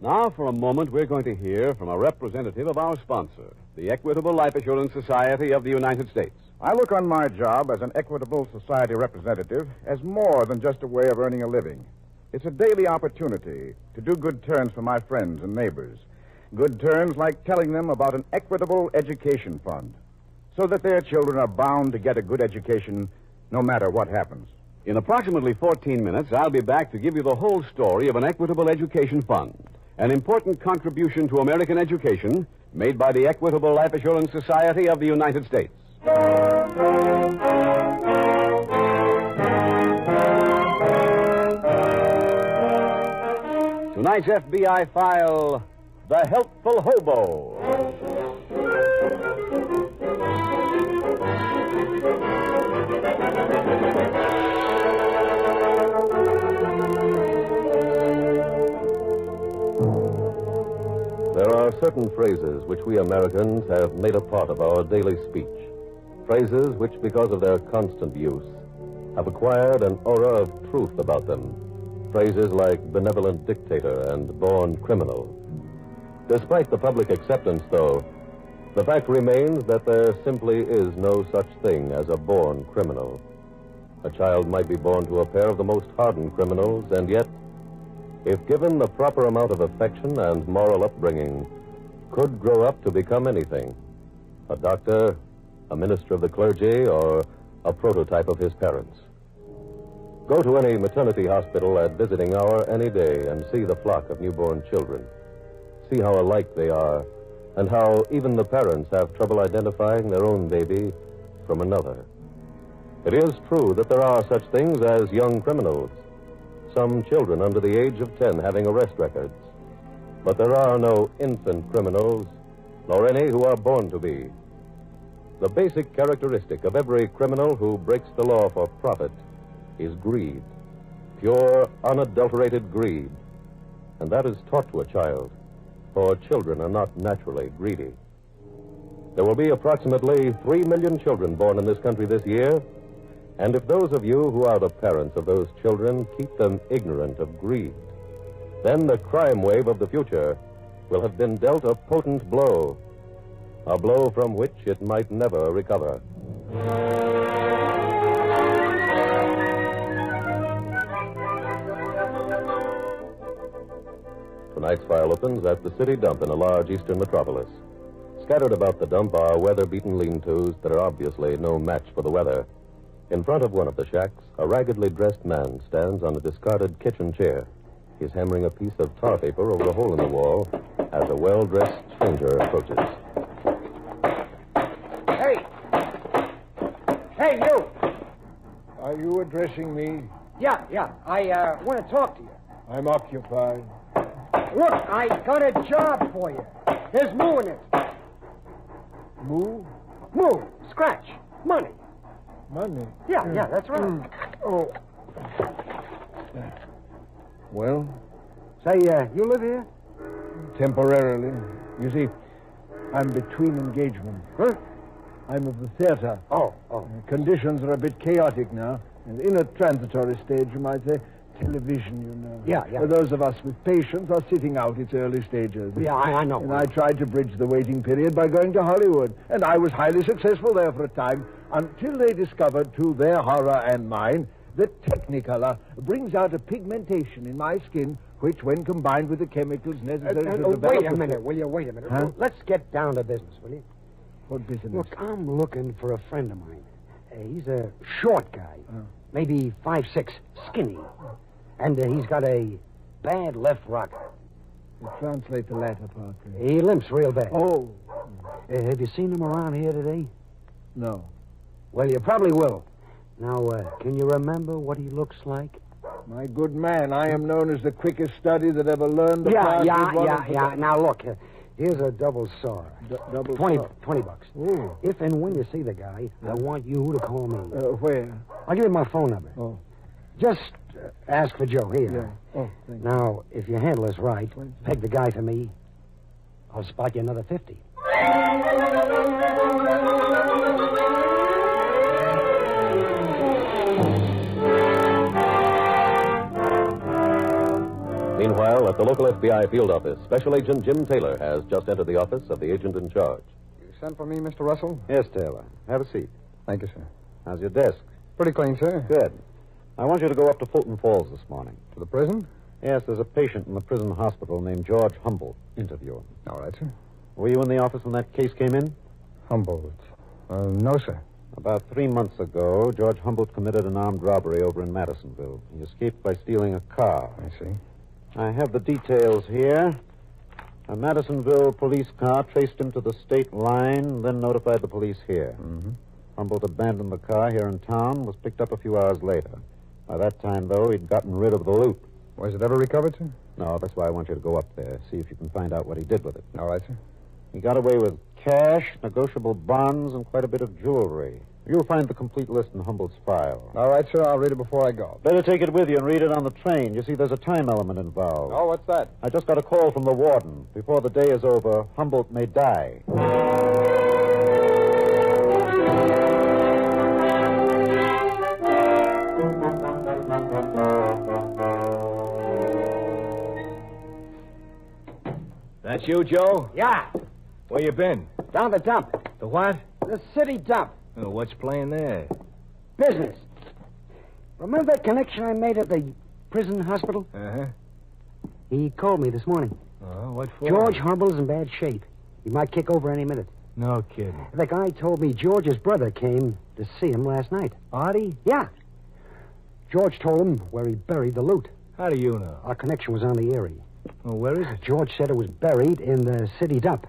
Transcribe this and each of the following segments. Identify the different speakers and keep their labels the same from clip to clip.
Speaker 1: Now, for a moment, we're going to hear from a representative of our sponsor, the Equitable Life Assurance Society of the United States.
Speaker 2: I look on my job as an Equitable Society representative as more than just a way of earning a living. It's a daily opportunity to do good turns for my friends and neighbors. Good turns like telling them about an equitable education fund so that their children are bound to get a good education no matter what happens.
Speaker 1: In approximately 14 minutes, I'll be back to give you the whole story of an equitable education fund, an important contribution to American education made by the Equitable Life Assurance Society of the United States. Tonight's FBI file The Helpful Hobo.
Speaker 3: There are certain phrases which we Americans have made a part of our daily speech. Phrases which, because of their constant use, have acquired an aura of truth about them. Phrases like benevolent dictator and born criminal. Despite the public acceptance, though, the fact remains that there simply is no such thing as a born criminal. A child might be born to a pair of the most hardened criminals, and yet if given the proper amount of affection and moral upbringing, could grow up to become anything a doctor, a minister of the clergy, or a prototype of his parents. Go to any maternity hospital at visiting hour any day and see the flock of newborn children. See how alike they are, and how even the parents have trouble identifying their own baby from another. It is true that there are such things as young criminals, some children under the age of 10 having arrest records. But there are no infant criminals, nor any who are born to be. The basic characteristic of every criminal who breaks the law for profit is greed, pure, unadulterated greed. And that is taught to a child, for children are not naturally greedy. There will be approximately 3 million children born in this country this year, and if those of you who are the parents of those children keep them ignorant of greed, then the crime wave of the future will have been dealt a potent blow, a blow from which it might never recover. Tonight's file opens at the city dump in a large eastern metropolis. Scattered about the dump are weather beaten lean tos that are obviously no match for the weather. In front of one of the shacks, a raggedly dressed man stands on a discarded kitchen chair. He's hammering a piece of tar paper over a hole in the wall as a well dressed stranger approaches.
Speaker 4: Hey! Hey, you!
Speaker 5: Are you addressing me?
Speaker 4: Yeah, yeah. I uh, want to talk to you.
Speaker 5: I'm occupied.
Speaker 4: Look, I got a job for you. There's moo in it.
Speaker 5: Moo?
Speaker 4: Moo, scratch, money.
Speaker 5: Money.
Speaker 4: Yeah, yeah, that's right.
Speaker 5: Oh. Well,
Speaker 4: Say, uh, you live here?
Speaker 5: temporarily. You see, I'm between engagements.
Speaker 4: Huh?
Speaker 5: I'm of the theater.
Speaker 4: Oh, oh.
Speaker 5: Conditions are a bit chaotic now. And in a transitory stage, you might say. Television, you know.
Speaker 4: Yeah, yeah.
Speaker 5: For those of us with patience are sitting out its early stages.
Speaker 4: Yeah, I, I know.
Speaker 5: And I tried to bridge the waiting period by going to Hollywood. And I was highly successful there for a time until they discovered, to their horror and mine, that Technicolor brings out a pigmentation in my skin which, when combined with the chemicals
Speaker 4: Uh,
Speaker 5: necessary
Speaker 4: uh,
Speaker 5: to
Speaker 4: oh,
Speaker 5: develop...
Speaker 4: wait a
Speaker 5: the-
Speaker 4: minute, will you? Wait a minute.
Speaker 5: Huh?
Speaker 4: Let's get down to business, will you?
Speaker 5: What business?
Speaker 4: Look, I'm looking for a friend of mine. Uh, he's a short guy, maybe five six, skinny, and uh, he's got a bad left rock.
Speaker 5: Translate the latter part. please.
Speaker 4: He limps real bad.
Speaker 5: Oh,
Speaker 4: Uh, have you seen him around here today?
Speaker 5: no.
Speaker 4: Well, you probably will. Now, uh, can you remember what he looks like?
Speaker 6: My good man, I am known as the quickest study that ever learned the
Speaker 4: Yeah,
Speaker 6: plant
Speaker 4: yeah,
Speaker 6: with one
Speaker 4: yeah,
Speaker 6: of the-
Speaker 4: yeah. Now, look, uh, here's a double saw.
Speaker 6: D- double
Speaker 4: 20,
Speaker 6: saw.
Speaker 4: 20 bucks.
Speaker 6: Ooh.
Speaker 4: If and when you see the guy, I want you to call me.
Speaker 6: Uh, where?
Speaker 4: I'll give you my phone number.
Speaker 6: Oh.
Speaker 4: Just uh, ask for Joe here.
Speaker 6: Oh, thank you.
Speaker 4: Now, if you handle us right, peg the guy for me, I'll spot you another 50.
Speaker 7: Meanwhile, at the local FBI field office, Special Agent Jim Taylor has just entered the office of the agent in charge.
Speaker 5: You sent for me, Mr. Russell?
Speaker 3: Yes, Taylor. Have a seat.
Speaker 5: Thank you, sir.
Speaker 3: How's your desk?
Speaker 5: Pretty clean, sir.
Speaker 3: Good. I want you to go up to Fulton Falls this morning.
Speaker 5: To the prison?
Speaker 3: Yes, there's a patient in the prison hospital named George Humboldt. Interview him.
Speaker 5: All right, sir.
Speaker 3: Were you in the office when that case came in?
Speaker 5: Humboldt. Uh, no, sir.
Speaker 3: About three months ago, George Humboldt committed an armed robbery over in Madisonville. He escaped by stealing a car.
Speaker 5: I see.
Speaker 3: I have the details here. A Madisonville police car traced him to the state line, then notified the police here. Mm-hmm. Humboldt abandoned the car here in town, was picked up a few hours later. By that time, though, he'd gotten rid of the loot.
Speaker 5: Was it ever recovered, sir?
Speaker 3: No, that's why I want you to go up there, see if you can find out what he did with it.
Speaker 5: All right, sir.
Speaker 3: He got away with cash, negotiable bonds, and quite a bit of jewelry. You'll find the complete list in Humboldt's file.
Speaker 5: All right, sir. I'll read it before I go.
Speaker 3: Better take it with you and read it on the train. You see, there's a time element involved.
Speaker 5: Oh, what's that?
Speaker 3: I just got a call from the warden. Before the day is over, Humboldt may die.
Speaker 8: That's you, Joe?
Speaker 4: Yeah,
Speaker 8: Where you been?
Speaker 4: down the dump.
Speaker 8: The what?
Speaker 4: The city dump.
Speaker 8: Oh, what's playing there?
Speaker 4: Business. Remember that connection I made at the prison hospital?
Speaker 8: Uh-huh.
Speaker 4: He called me this morning.
Speaker 8: Oh, what for?
Speaker 4: George Humble's in bad shape. He might kick over any minute.
Speaker 8: No kidding.
Speaker 4: The guy told me George's brother came to see him last night.
Speaker 8: Artie?
Speaker 4: Yeah. George told him where he buried the loot.
Speaker 8: How do you know?
Speaker 4: Our connection was on the Erie.
Speaker 8: Oh, where is it?
Speaker 4: George said it was buried in the city dump.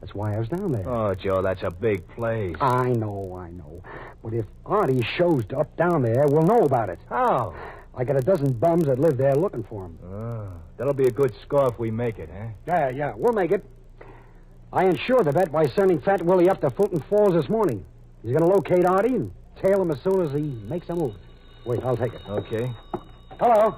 Speaker 4: That's why I was down there.
Speaker 8: Oh, Joe, that's a big place.
Speaker 4: I know, I know. But if Artie shows up down there, we'll know about
Speaker 8: Ah.
Speaker 4: it.
Speaker 8: How?
Speaker 4: I got a dozen bums that live there looking for him.
Speaker 8: Oh, that'll be a good score if we make it, eh? huh?
Speaker 4: Yeah, yeah, we'll make it. I insured the bet by sending Fat Willie up to Fulton Falls this morning. He's going to locate Artie and tail him as soon as he makes a move. Wait, I'll take it.
Speaker 8: Okay.
Speaker 4: Hello.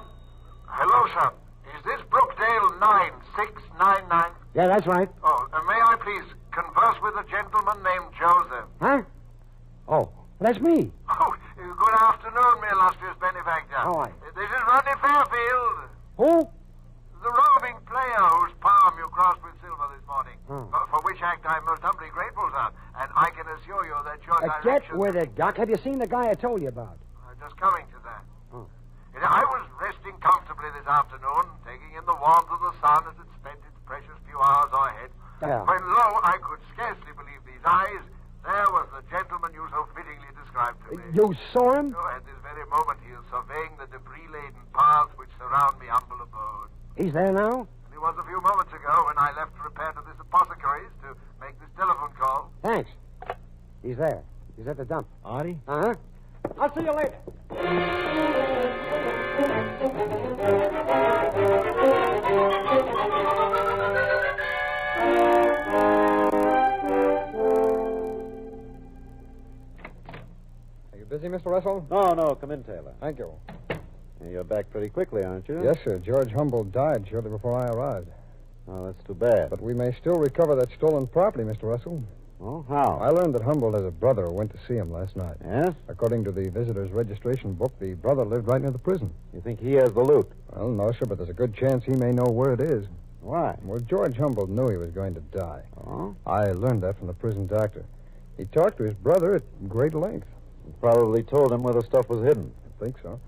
Speaker 9: Hello, sir. Is this Brookdale 9699?
Speaker 4: Yeah, that's right.
Speaker 9: Oh, uh, may I please converse with a gentleman named Joseph?
Speaker 4: Huh? Oh, that's me.
Speaker 9: Oh, uh, good afternoon, my illustrious benefactor.
Speaker 4: How are you?
Speaker 9: Uh, This is Rodney Fairfield,
Speaker 4: Who?
Speaker 9: the roving player whose palm you crossed with silver this morning. Uh,
Speaker 4: Oh.
Speaker 9: For, for which act I'm most humbly grateful, sir. And I can assure you that your
Speaker 4: Uh, get
Speaker 9: direction...
Speaker 4: with it, Doc. Have you seen the guy I told you about?
Speaker 9: I'm just coming to that.
Speaker 4: Oh.
Speaker 9: You know, I was resting comfortably this afternoon, taking in the warmth of the sun as it spent its precious few hours ahead,
Speaker 4: Yeah.
Speaker 9: when lo, I could scarcely believe these eyes. There was the gentleman you so fittingly described to me.
Speaker 4: You saw him?
Speaker 9: Oh, at this very moment he is surveying the debris-laden paths which surround me humble abode.
Speaker 4: He's there now?
Speaker 9: And he was a few moments ago when I left to repair to this apothecary's to make this telephone call.
Speaker 4: Thanks. He's there. He's at the dump.
Speaker 8: Artie?
Speaker 4: Uh huh. I'll see you later.
Speaker 5: Are you busy, Mr. Russell?
Speaker 3: No, no, come in, Taylor.
Speaker 5: Thank you.
Speaker 3: You're back pretty quickly, aren't you?
Speaker 5: Yes, sir. George Humboldt died shortly before I arrived.
Speaker 3: Oh, that's too bad.
Speaker 5: But we may still recover that stolen property, Mr. Russell.
Speaker 3: Oh, how?
Speaker 5: I learned that Humboldt has a brother who went to see him last night.
Speaker 3: Yes?
Speaker 5: According to the visitor's registration book, the brother lived right near the prison.
Speaker 3: You think he has the loot?
Speaker 5: Well, no, sir, but there's a good chance he may know where it is.
Speaker 3: Why?
Speaker 5: Well, George Humboldt knew he was going to die.
Speaker 3: Oh?
Speaker 5: I learned that from the prison doctor. He talked to his brother at great length.
Speaker 3: He probably told him where the stuff was hidden.
Speaker 5: I think so.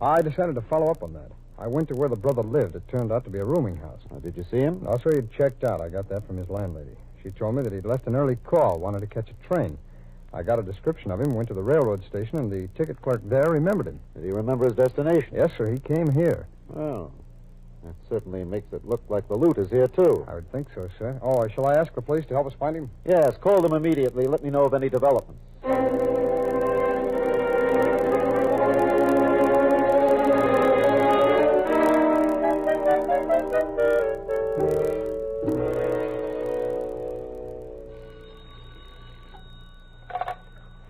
Speaker 5: I decided to follow up on that. I went to where the brother lived. It turned out to be a rooming house.
Speaker 3: Now, Uh, did you see him?
Speaker 5: Also, he'd checked out. I got that from his landlady. She told me that he'd left an early call, wanted to catch a train. I got a description of him, went to the railroad station, and the ticket clerk there remembered him.
Speaker 3: Did he remember his destination?
Speaker 5: Yes, sir, he came here.
Speaker 3: Well, that certainly makes it look like the loot is here, too.
Speaker 5: I would think so, sir. Oh, shall I ask the police to help us find him?
Speaker 3: Yes, call them immediately. Let me know of any developments.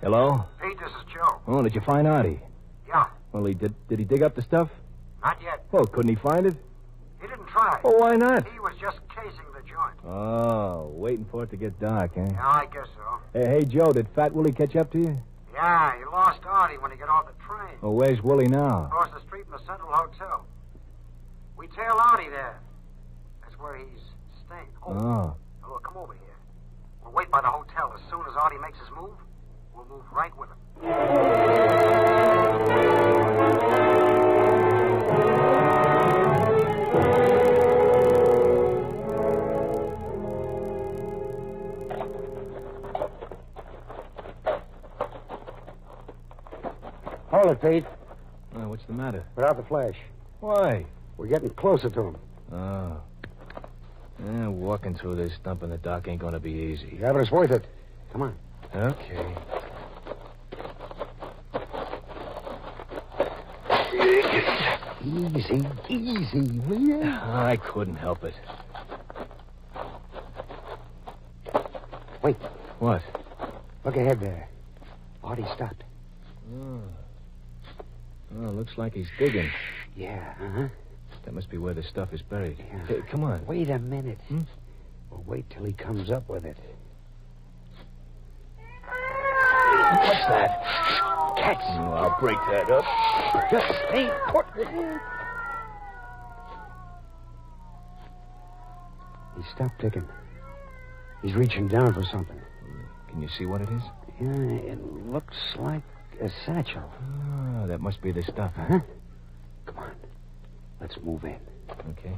Speaker 3: Hello?
Speaker 9: Pete, this is Joe.
Speaker 3: Oh, did you find Artie?
Speaker 9: Yeah,
Speaker 3: Well, he did. Did he dig up the stuff?
Speaker 9: not yet.
Speaker 3: Well, couldn't he find it?
Speaker 9: He didn't try.
Speaker 3: Oh, why not?
Speaker 9: He was just casing the joint.
Speaker 3: Oh, waiting for it to get dark, eh?
Speaker 9: Yeah, I guess so.
Speaker 3: Hey, hey, Joe, did Fat Willie catch up to you?
Speaker 9: Yeah, he lost Artie when he got off the train.
Speaker 3: Oh, where's Willie now?
Speaker 9: Across the street from the Central Hotel. We tail Artie there. That's where he's staying. Oh,
Speaker 3: Oh.
Speaker 9: now look, come over here. We'll wait by the hotel. As soon as Artie makes his move, we'll move right with him.
Speaker 4: Hold it, Pete.
Speaker 3: Uh, what's the matter?
Speaker 4: Without the flash.
Speaker 3: Why?
Speaker 4: We're getting closer to him.
Speaker 3: Oh. Yeah, walking through this stump in the dark ain't gonna be easy.
Speaker 4: Yeah, but it's worth it. Come on.
Speaker 3: Okay.
Speaker 4: Easy, easy, will you?
Speaker 3: I couldn't help it.
Speaker 4: Wait,
Speaker 3: What?
Speaker 4: look ahead there. Artie stopped.
Speaker 3: Oh. Oh, looks like he's digging.
Speaker 4: Yeah, uh-huh.
Speaker 3: That must be where the stuff is buried.
Speaker 4: Yeah.
Speaker 3: Hey, come on.
Speaker 4: Wait a minute.
Speaker 3: Hmm?
Speaker 4: Well, wait till he comes up with it.
Speaker 3: What's that? Cats. Oh, I'll break that up.
Speaker 4: Just stay put. He stopped digging. He's reaching down for something.
Speaker 3: Can you see what it is?
Speaker 4: Yeah, it looks like a satchel.
Speaker 3: Ah, that must be the stuff.
Speaker 4: Huh? Come on. Let's move in.
Speaker 3: Okay.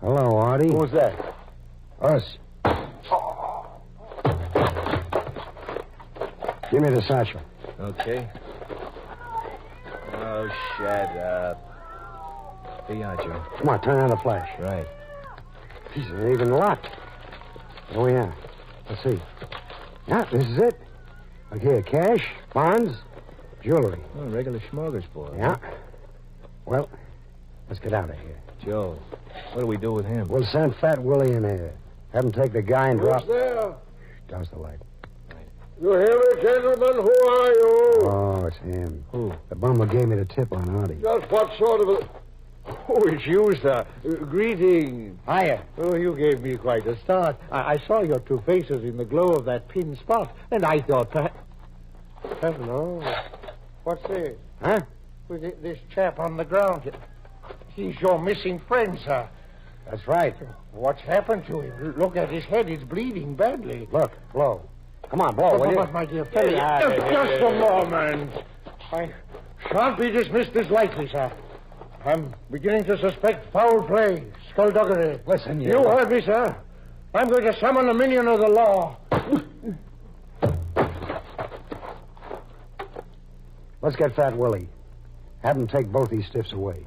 Speaker 4: Hello, Artie.
Speaker 10: Who's that?
Speaker 4: Us. Give me the satchel.
Speaker 3: Okay. Oh, shut up. Here you are, Joe.
Speaker 4: Come on, turn on the flash.
Speaker 3: Right.
Speaker 4: These are even locked. Here we are. Let's see. Yeah, this is it. Look here, cash, bonds, jewelry.
Speaker 3: Oh, regular smorgasbord.
Speaker 4: Yeah. Well, let's get out of here.
Speaker 3: Joe, what do we do with him?
Speaker 4: We'll send Fat Willie in here. Have him take the guy and drop.
Speaker 10: Who's there?
Speaker 4: Douse the light.
Speaker 10: You hear me, gentlemen? Who are you?
Speaker 4: Oh, it's him.
Speaker 3: Who?
Speaker 4: The bummer gave me the tip on Artie.
Speaker 10: Just what sort of a. Oh, it's you, sir. Uh, greetings.
Speaker 4: Hiya.
Speaker 10: Oh, you gave me quite a start. I, I saw your two faces in the glow of that pin spot, and I thought perhaps. Hello. What's this?
Speaker 4: Huh?
Speaker 10: With thi- This chap on the ground. here. He's your missing friend, sir.
Speaker 4: That's right.
Speaker 10: What's happened to him? Look at his head. It's bleeding badly.
Speaker 4: Look, blow. Come on, blow, will
Speaker 10: But,
Speaker 4: you?
Speaker 10: but, my dear fellow,
Speaker 4: Get out
Speaker 10: just, just a moment. I shan't be dismissed this lightly, sir. I'm beginning to suspect foul play, skullduggery.
Speaker 4: Listen, you-
Speaker 10: You heard me, sir. I'm going to summon a minion of the law.
Speaker 4: Let's get Fat Willie. Have him take both these stiffs away.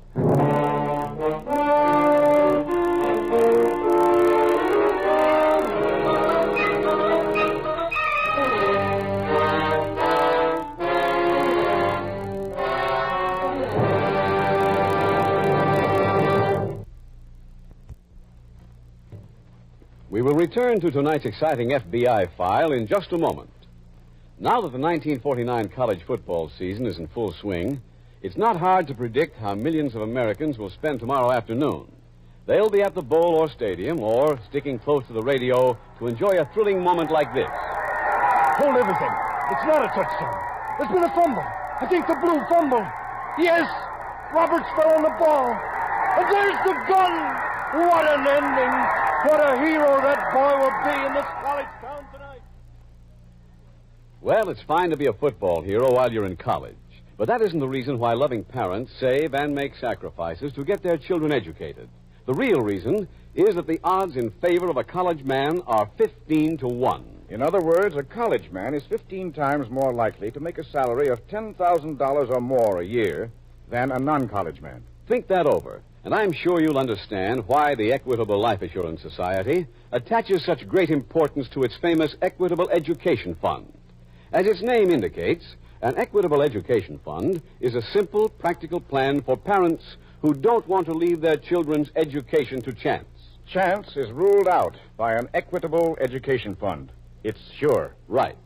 Speaker 11: We will return to tonight's exciting FBI file in just a moment. Now that the 1949 college football season is in full swing, it's not hard to predict how millions of Americans will spend tomorrow afternoon. They'll be at the bowl or stadium or sticking close to the radio to enjoy a thrilling moment like this.
Speaker 10: Hold everything. It's not a touchdown. There's been a fumble. I think the blue fumbled. Yes, Roberts fell on the ball. And there's the gun. What an ending. What a hero that boy will be in this college town tonight.
Speaker 11: Well, it's fine to be a football hero while you're in college, but that isn't the reason why loving parents save and make sacrifices to get their children educated. The real reason is that the odds in favor of a college man are 15 to 1.
Speaker 2: In other words, a college man is 15 times more likely to make a salary of $10,000 or more a year than a non college man.
Speaker 11: Think that over, and I'm sure you'll understand why the Equitable Life Assurance Society attaches such great importance to its famous Equitable Education Fund. As its name indicates, an Equitable Education Fund is a simple, practical plan for parents who don't want to leave their children's education to chance.
Speaker 2: Chance is ruled out by an equitable education fund. It's sure.
Speaker 11: Right.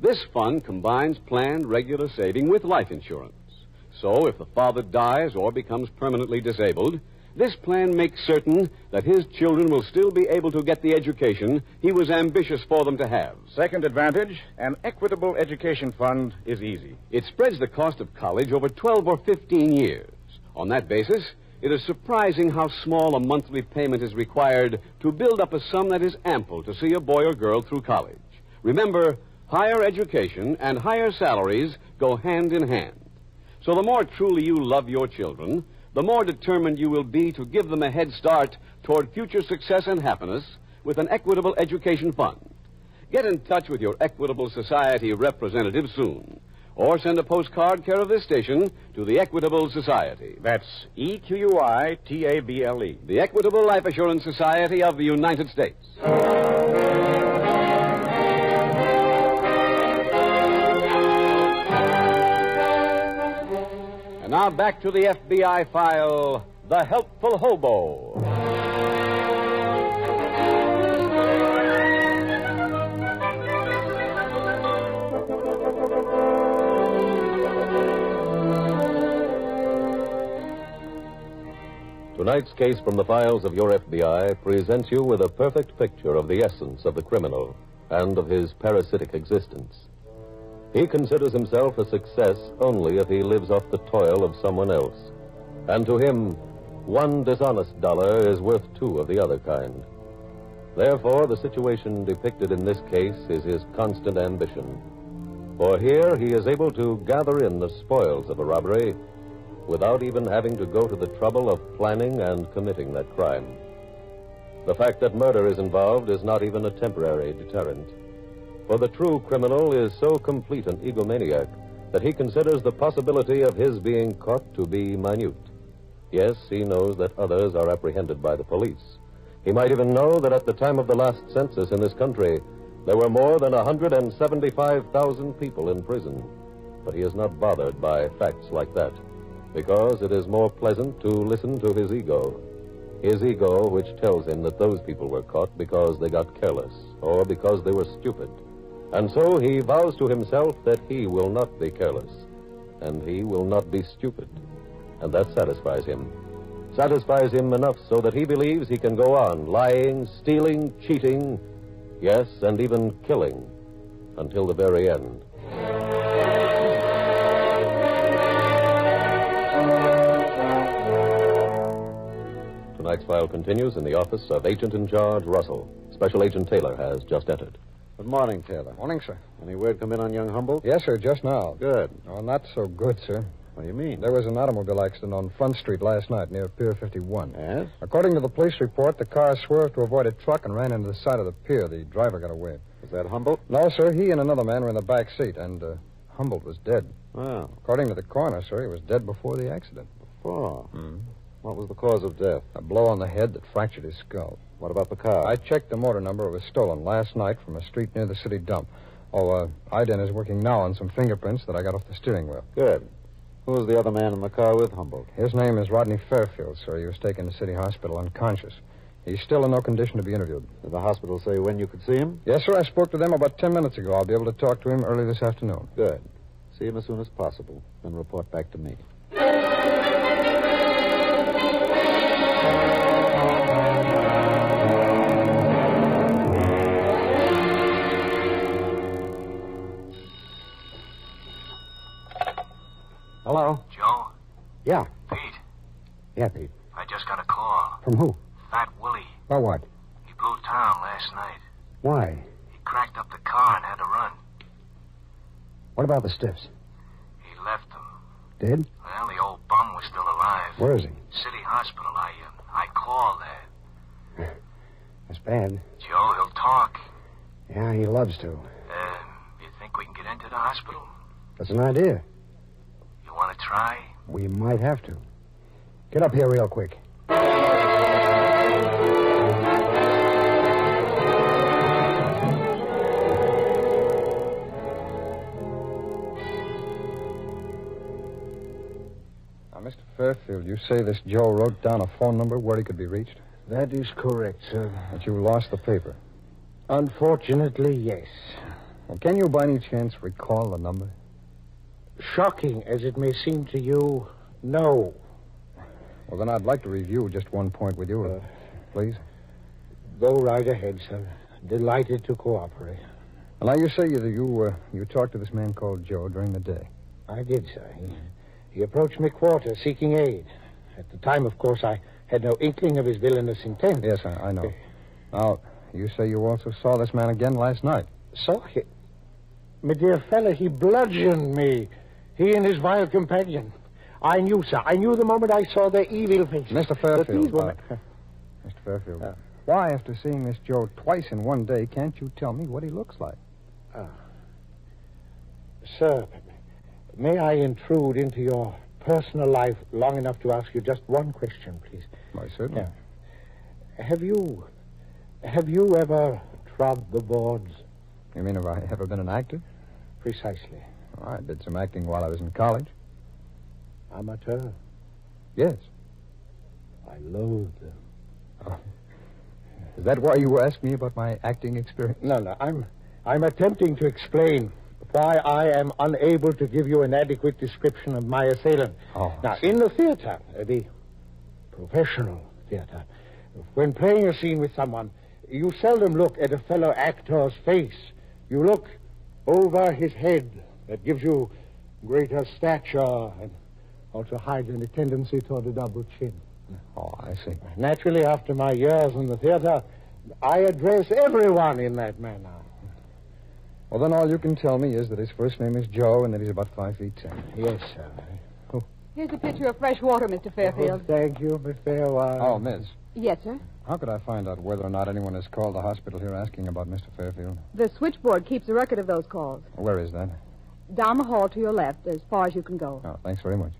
Speaker 11: This fund combines planned regular saving with life insurance. So if the father dies or becomes permanently disabled, this plan makes certain that his children will still be able to get the education he was ambitious for them to have.
Speaker 2: Second advantage an equitable education fund is easy.
Speaker 11: It spreads the cost of college over 12 or 15 years. On that basis, it is surprising how small a monthly payment is required to build up a sum that is ample to see a boy or girl through college. Remember, higher education and higher salaries go hand in hand. So the more truly you love your children, the more determined you will be to give them a head start toward future success and happiness with an equitable education fund. Get in touch with your Equitable Society representative soon, or send a postcard care of this station to the Equitable Society.
Speaker 2: That's E Q U I T A B L E.
Speaker 11: The Equitable Life Assurance Society of the United States. And now back to the FBI file The Helpful Hobo.
Speaker 12: Tonight's case from the files of your FBI presents you with a perfect picture of the essence of the criminal and of his parasitic existence. He considers himself a success only if he lives off the toil of someone else. And to him, one dishonest dollar is worth two of the other kind. Therefore, the situation depicted in this case is his constant ambition. For here he is able to gather in the spoils of a robbery without even having to go to the trouble of planning and committing that crime. The fact that murder is involved is not even a temporary deterrent. For the true criminal is so complete an egomaniac that he considers the possibility of his being caught to be minute. Yes, he knows that others are apprehended by the police. He might even know that at the time of the last census in this country, there were more than 175,000 people in prison. But he is not bothered by facts like that because it is more pleasant to listen to his ego. His ego, which tells him that those people were caught because they got careless or because they were stupid. And so he vows to himself that he will not be careless and he will not be stupid. And that satisfies him. Satisfies him enough so that he believes he can go on lying, stealing, cheating, yes, and even killing until the very end. Tonight's file continues in the office of Agent in Charge Russell. Special Agent Taylor has just entered.
Speaker 11: Good morning, Taylor.
Speaker 5: Morning, sir.
Speaker 11: Any word come in on young Humboldt?
Speaker 5: Yes, sir, just now.
Speaker 11: Good.
Speaker 5: Oh, not so good, sir.
Speaker 11: What do you mean?
Speaker 5: There was an automobile accident on Front Street last night near Pier 51.
Speaker 11: Yes?
Speaker 5: According to the police report, the car swerved to avoid a truck and ran into the side of the pier. The driver got away.
Speaker 11: Is that Humboldt?
Speaker 5: No, sir, he and another man were in the back seat, and uh, Humboldt was dead.
Speaker 11: Well,
Speaker 5: According to the coroner, sir, he was dead before the accident.
Speaker 11: four.
Speaker 3: Hmm?
Speaker 11: What was the cause of death?
Speaker 5: A blow on the head that fractured his skull.
Speaker 11: What about the car?
Speaker 5: I checked the motor number. It was stolen last night from a street near the city dump. Oh, uh, IDEN is working now on some fingerprints that I got off the steering wheel.
Speaker 11: Good. Who was the other man in the car with Humboldt?
Speaker 5: His name is Rodney Fairfield, sir. He was taken to City Hospital unconscious. He's still in no condition to be interviewed.
Speaker 11: Did the hospital say when you could see him?
Speaker 5: Yes, sir. I spoke to them about ten minutes ago. I'll be able to talk to him early this afternoon.
Speaker 11: Good. See him as soon as possible, then report back to me.
Speaker 4: Hello?
Speaker 9: Joe,
Speaker 4: Yeah.
Speaker 9: Pete,
Speaker 4: Yeah, Pete.
Speaker 9: I just got a call.
Speaker 4: From who?
Speaker 9: Fat Willie.
Speaker 4: About what?
Speaker 9: He blew town last night.
Speaker 4: Why?
Speaker 9: He cracked up the car and had to run.
Speaker 4: What about the stiffs?
Speaker 9: He left them.
Speaker 4: Dead?
Speaker 9: Well, the old bum was still alive.
Speaker 4: Where is he?
Speaker 9: City hospital, I uh, I called there.
Speaker 4: That's bad.
Speaker 9: Joe, he'll talk.
Speaker 4: Yeah, he loves to.
Speaker 9: Uh, you think we can get into the hospital?
Speaker 4: That's an idea.
Speaker 9: You want to try?
Speaker 4: We might have to. Get up here real quick.
Speaker 5: Now, Mr. Fairfield, you say this Joe wrote down a phone number where he could be reached?
Speaker 10: That is correct, sir.
Speaker 5: But you lost the paper.
Speaker 10: Unfortunately, yes.
Speaker 5: Well, can you by any chance recall the number?
Speaker 10: Shocking as it may seem to you, no.
Speaker 5: Well, then I'd like to review just one point with you,
Speaker 10: Uh.
Speaker 5: if- please.
Speaker 10: Go right ahead, sir. Delighted to cooperate.
Speaker 5: Now, you say that you, uh, you talked to this man called Joe during the day.
Speaker 10: I did, sir. He, he approached me quarter seeking aid. At the time, of course, I had no inkling of his villainous intent.
Speaker 5: Yes, Uh, I, I know. Now, you say you also saw this man again last night.
Speaker 10: So he. My dear fellow, he bludgeoned me. He and his vile companion. I knew, sir. I knew the E moment I saw their evil faces.
Speaker 5: Mr.
Speaker 10: But Uh. these
Speaker 5: Fairfield.
Speaker 10: were-
Speaker 5: uh, Mr. Fairfield. why, after seeing this Joe twice in one day, can't you tell me what he looks like?
Speaker 10: Sir, may I intrude into your personal life long enough to ask you just one question, please?
Speaker 5: Why, certainly.
Speaker 10: Yeah. Have you. Have you ever trod the boards?
Speaker 5: You mean, have I ever been an actor?
Speaker 10: Precisely.
Speaker 5: Well, I did some acting while I was in college.
Speaker 10: Amateur.
Speaker 5: Yes.
Speaker 10: I loathe them.
Speaker 5: Is that why you asked me about my acting experience?
Speaker 10: No, no. I'm, I'm attempting to explain why I am unable to give you an adequate description of my assailant.
Speaker 5: Oh, I
Speaker 10: now, in the theater, uh, the professional theater, when playing a scene with someone, you seldom look at a fellow actor's face. You look over his head. That gives you greater stature and also hides any tendency toward a double chin.
Speaker 5: Oh, I see.
Speaker 10: Naturally, after my years in the theater, I address everyone in that manner.
Speaker 5: Well, then all you can tell me is that his first name is Joe and that he's about five feet ten.
Speaker 10: Yes, sir.
Speaker 13: Here's a pitcher of fresh water, Mr. Fairfield.
Speaker 10: Oh. thank you, Miss
Speaker 3: Uh,
Speaker 10: Fairwell.
Speaker 5: Oh, Miss,
Speaker 13: Yes, sir.
Speaker 5: how could I find out whether or not anyone has called the hospital here asking about Mr. Fairfield?
Speaker 13: The switchboard keeps a record of those calls.
Speaker 5: Where is that?
Speaker 13: Down the hall to your left, as far as you can go.
Speaker 5: Oh, thanks very much.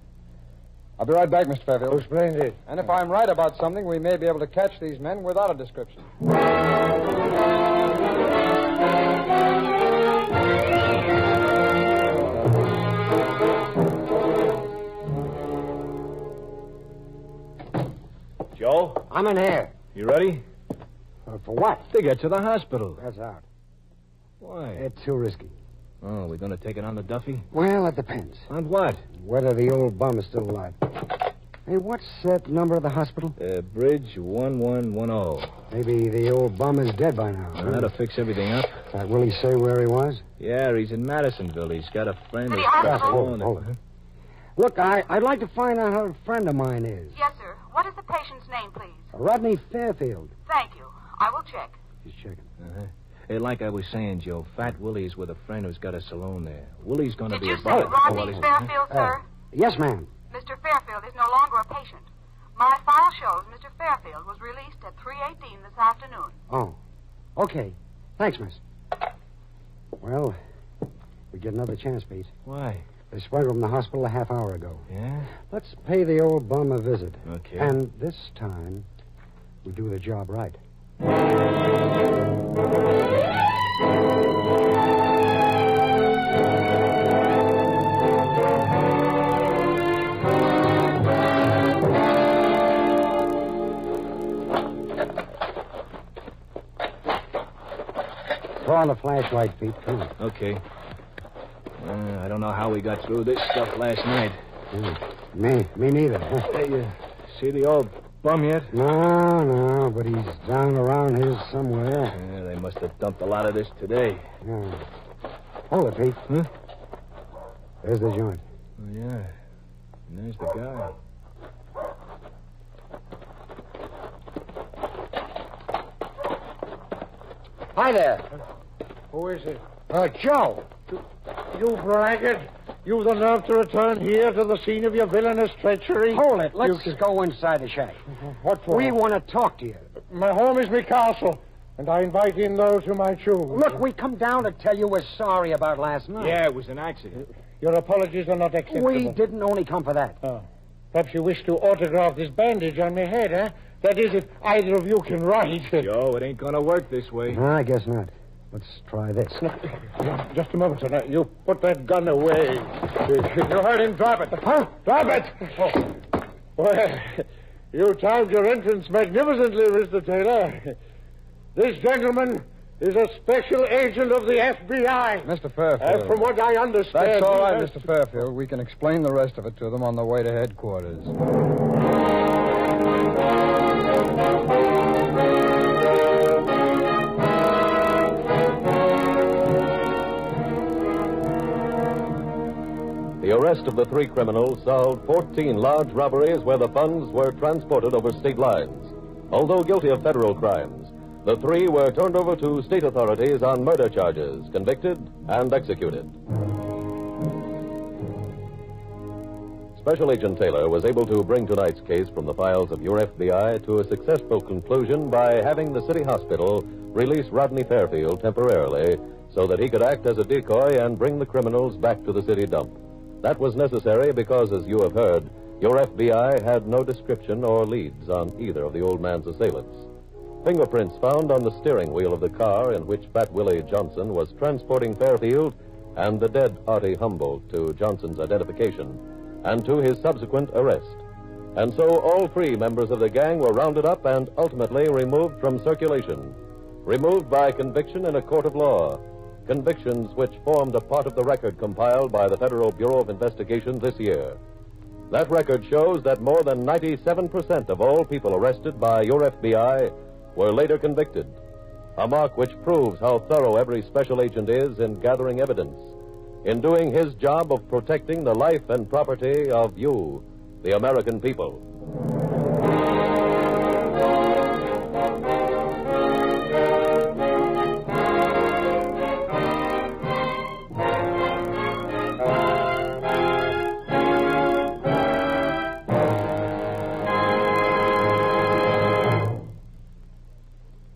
Speaker 5: I'll be right back, Mr. Fairfield.
Speaker 10: Oh, splendid.
Speaker 5: And if I'm right about something, we may be able to catch these men without a description.
Speaker 11: Joe,
Speaker 4: I'm in here.
Speaker 11: you ready?
Speaker 4: Uh, for what?
Speaker 3: To get to the hospital.
Speaker 4: That's out.
Speaker 3: Why?
Speaker 4: It's too risky.
Speaker 3: Oh, we're going to take it on the Duffy?
Speaker 4: Well, it depends.
Speaker 3: On what?
Speaker 4: Whether the old bum is still alive. Hey, what's that number of the hospital?
Speaker 3: Uh, bridge 1110.
Speaker 4: Maybe the old bum is dead by now.
Speaker 3: Know how to oh. fix everything up?
Speaker 4: Uh, will he say where he was?
Speaker 3: Yeah, he's in Madisonville. He's got a friend.
Speaker 14: City
Speaker 3: who's
Speaker 14: Hospital.
Speaker 3: got a phone.
Speaker 4: Hold it. Look, I, I'd like to find out how a friend of mine is.
Speaker 14: Yes, sir. What is the patient's name, please?
Speaker 4: Rodney Fairfield.
Speaker 14: Thank you. I will check.
Speaker 4: He's checking.
Speaker 3: Uh-huh. Hey, like I was saying, Joe, Fat Willie's with a friend who's got a salon there. Willie's going to
Speaker 14: Did
Speaker 3: be
Speaker 14: you
Speaker 3: a
Speaker 14: say
Speaker 3: bother. Oh.
Speaker 14: Rodney Fairfield, sir?
Speaker 4: Yes, ma'am.
Speaker 14: Mr. Fairfield is no longer a patient. My file shows Mr. Fairfield was released at 3.18 this afternoon.
Speaker 4: Oh. Okay. Thanks, miss. Well, we get another chance, Pete.
Speaker 3: Why?
Speaker 4: They sprung from the hospital a half hour ago.
Speaker 3: Yeah?
Speaker 4: Let's pay the old bum a visit.
Speaker 3: Okay.
Speaker 4: And this time, we do the job right. Throw on the flashlight, Pete. Come on.
Speaker 3: Okay. Uh, I don't know how we got through this stuff last night.
Speaker 4: Yeah. Me, me neither. huh?
Speaker 3: Hey, you see the old bum yet?
Speaker 4: No, no, but he's down around here somewhere.
Speaker 12: uh,
Speaker 3: Yeah, they must have dumped a lot of this today.
Speaker 4: Yeah. Hold it, Pete.
Speaker 3: Huh?
Speaker 4: There's the joint.
Speaker 3: Oh, yeah. And there's the guy.
Speaker 4: Hi there.
Speaker 10: Who is it?
Speaker 4: Uh, Joe.
Speaker 10: You braggart! You've the nerve to return here to the scene of your villainous treachery?
Speaker 4: Hold it. Let's
Speaker 10: You-
Speaker 4: go inside the shack.
Speaker 10: What for?
Speaker 4: We want to talk to you.
Speaker 10: My home is my castle, and I invite in those whom I choose.
Speaker 4: Look, we come down to tell you we're sorry about last night.
Speaker 3: Yeah, it was an accident.
Speaker 10: Your apologies are not acceptable.
Speaker 4: We didn't only come for that.
Speaker 10: Oh. Perhaps you wish to autograph this bandage on my head, eh? That is, if either of you can write.
Speaker 3: Joe, it ain't going to work this way.
Speaker 4: No, I guess not. Let's try this.
Speaker 10: Just a moment, sir. Now, You put that gun away. You heard him drop it. Huh? Drop it! Well,
Speaker 15: You timed your entrance magnificently, Mr. Taylor. This gentleman is a special agent of the FBI.
Speaker 5: Mr. Fairfield.
Speaker 15: And from what I understand.
Speaker 5: That's all
Speaker 15: he
Speaker 5: right,
Speaker 15: has-
Speaker 5: Mr. Fairfield. We can explain the rest of it to them on the way to headquarters.
Speaker 12: The arrest of the three criminals solved 14 large robberies where the funds were transported over state lines. Although guilty of federal crimes, the three were turned over to state authorities on murder charges, convicted, and executed. Special Agent Taylor was able to bring tonight's case from the files of your FBI to a successful conclusion by having the city hospital release Rodney Fairfield temporarily so that he could act as a decoy and bring the criminals back to the city dump. That was necessary because, as you have heard, your FBI had no description or leads on either of the old man's assailants. Fingerprints found on the steering wheel of the car in which Fat Willie Johnson was transporting Fairfield and the dead Artie Humboldt to Johnson's identification and to his subsequent arrest. And so all three members of the gang were rounded up and ultimately removed from circulation. Removed by conviction in a court of law, convictions which formed a part of the record compiled by the Federal Bureau of Investigation this year. That record shows that more than 97% of all people arrested by your FBI were later convicted, a mark which proves how thorough every special agent is in gathering evidence, in doing his job of protecting the life and property of you, the American people.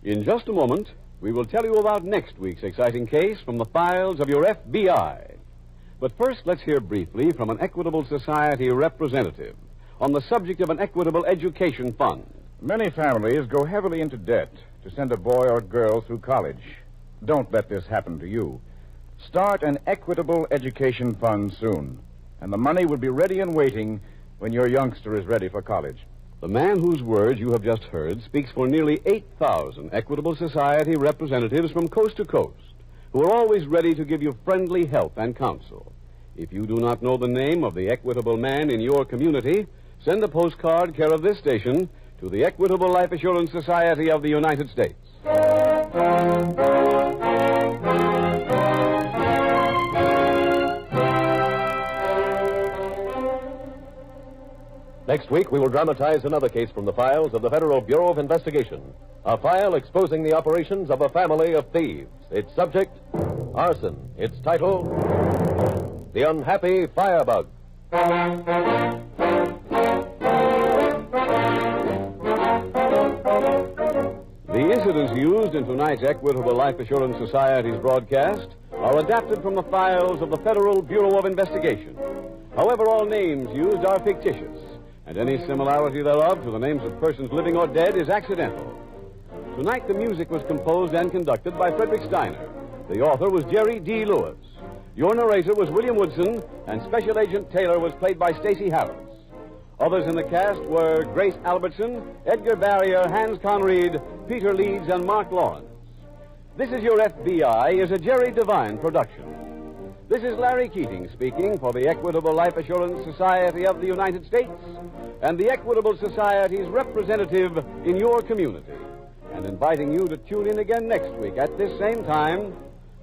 Speaker 11: In just a moment, we will tell you about next week's exciting case from the files of your FBI. But first, let's hear briefly from an Equitable Society representative on the subject of an equitable education fund.
Speaker 2: Many families go heavily into debt to send a boy or girl through college. Don't let this happen to you. Start an equitable education fund soon, and the money will be ready and waiting when your youngster is ready for college.
Speaker 11: The man whose words you have just heard speaks for nearly 8,000 Equitable Society representatives from coast to coast who are always ready to give you friendly help and counsel. If you do not know the name of the equitable man in your community, send a postcard care of this station to the Equitable Life Assurance Society of the United States.
Speaker 12: Next week, we will dramatize another case from the files of the Federal Bureau of Investigation. A file exposing the operations of a family of thieves. Its subject, arson. Its title, The Unhappy Firebug.
Speaker 11: The incidents used in tonight's Equitable Life Assurance Society's broadcast are adapted from the files of the Federal Bureau of Investigation. However, all names used are fictitious, and any similarity thereof to the names of persons living or dead is accidental. Tonight, the music was composed and conducted by Frederick Steiner. The author was Jerry D. Lewis. Your narrator was William Woodson, and Special Agent Taylor was played by Stacy Harris. Others in the cast were Grace Albertson, Edgar Barrier, Hans Conried, Peter Leeds, and Mark Lawrence. This is Your FBI is a Jerry Devine production. This is Larry Keating speaking for the Equitable Life Assurance Society of the United States and the Equitable Society's representative in your community, and inviting you to tune in again next week at this same time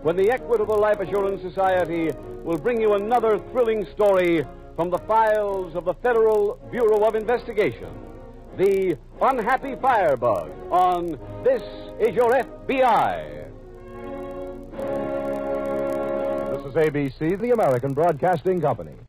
Speaker 11: when the Equitable Life Assurance Society will bring you another thrilling story from the files of the Federal Bureau of Investigation. The Unhappy Firebug on This Is Your FBI.
Speaker 10: This is ABC, the American Broadcasting Company.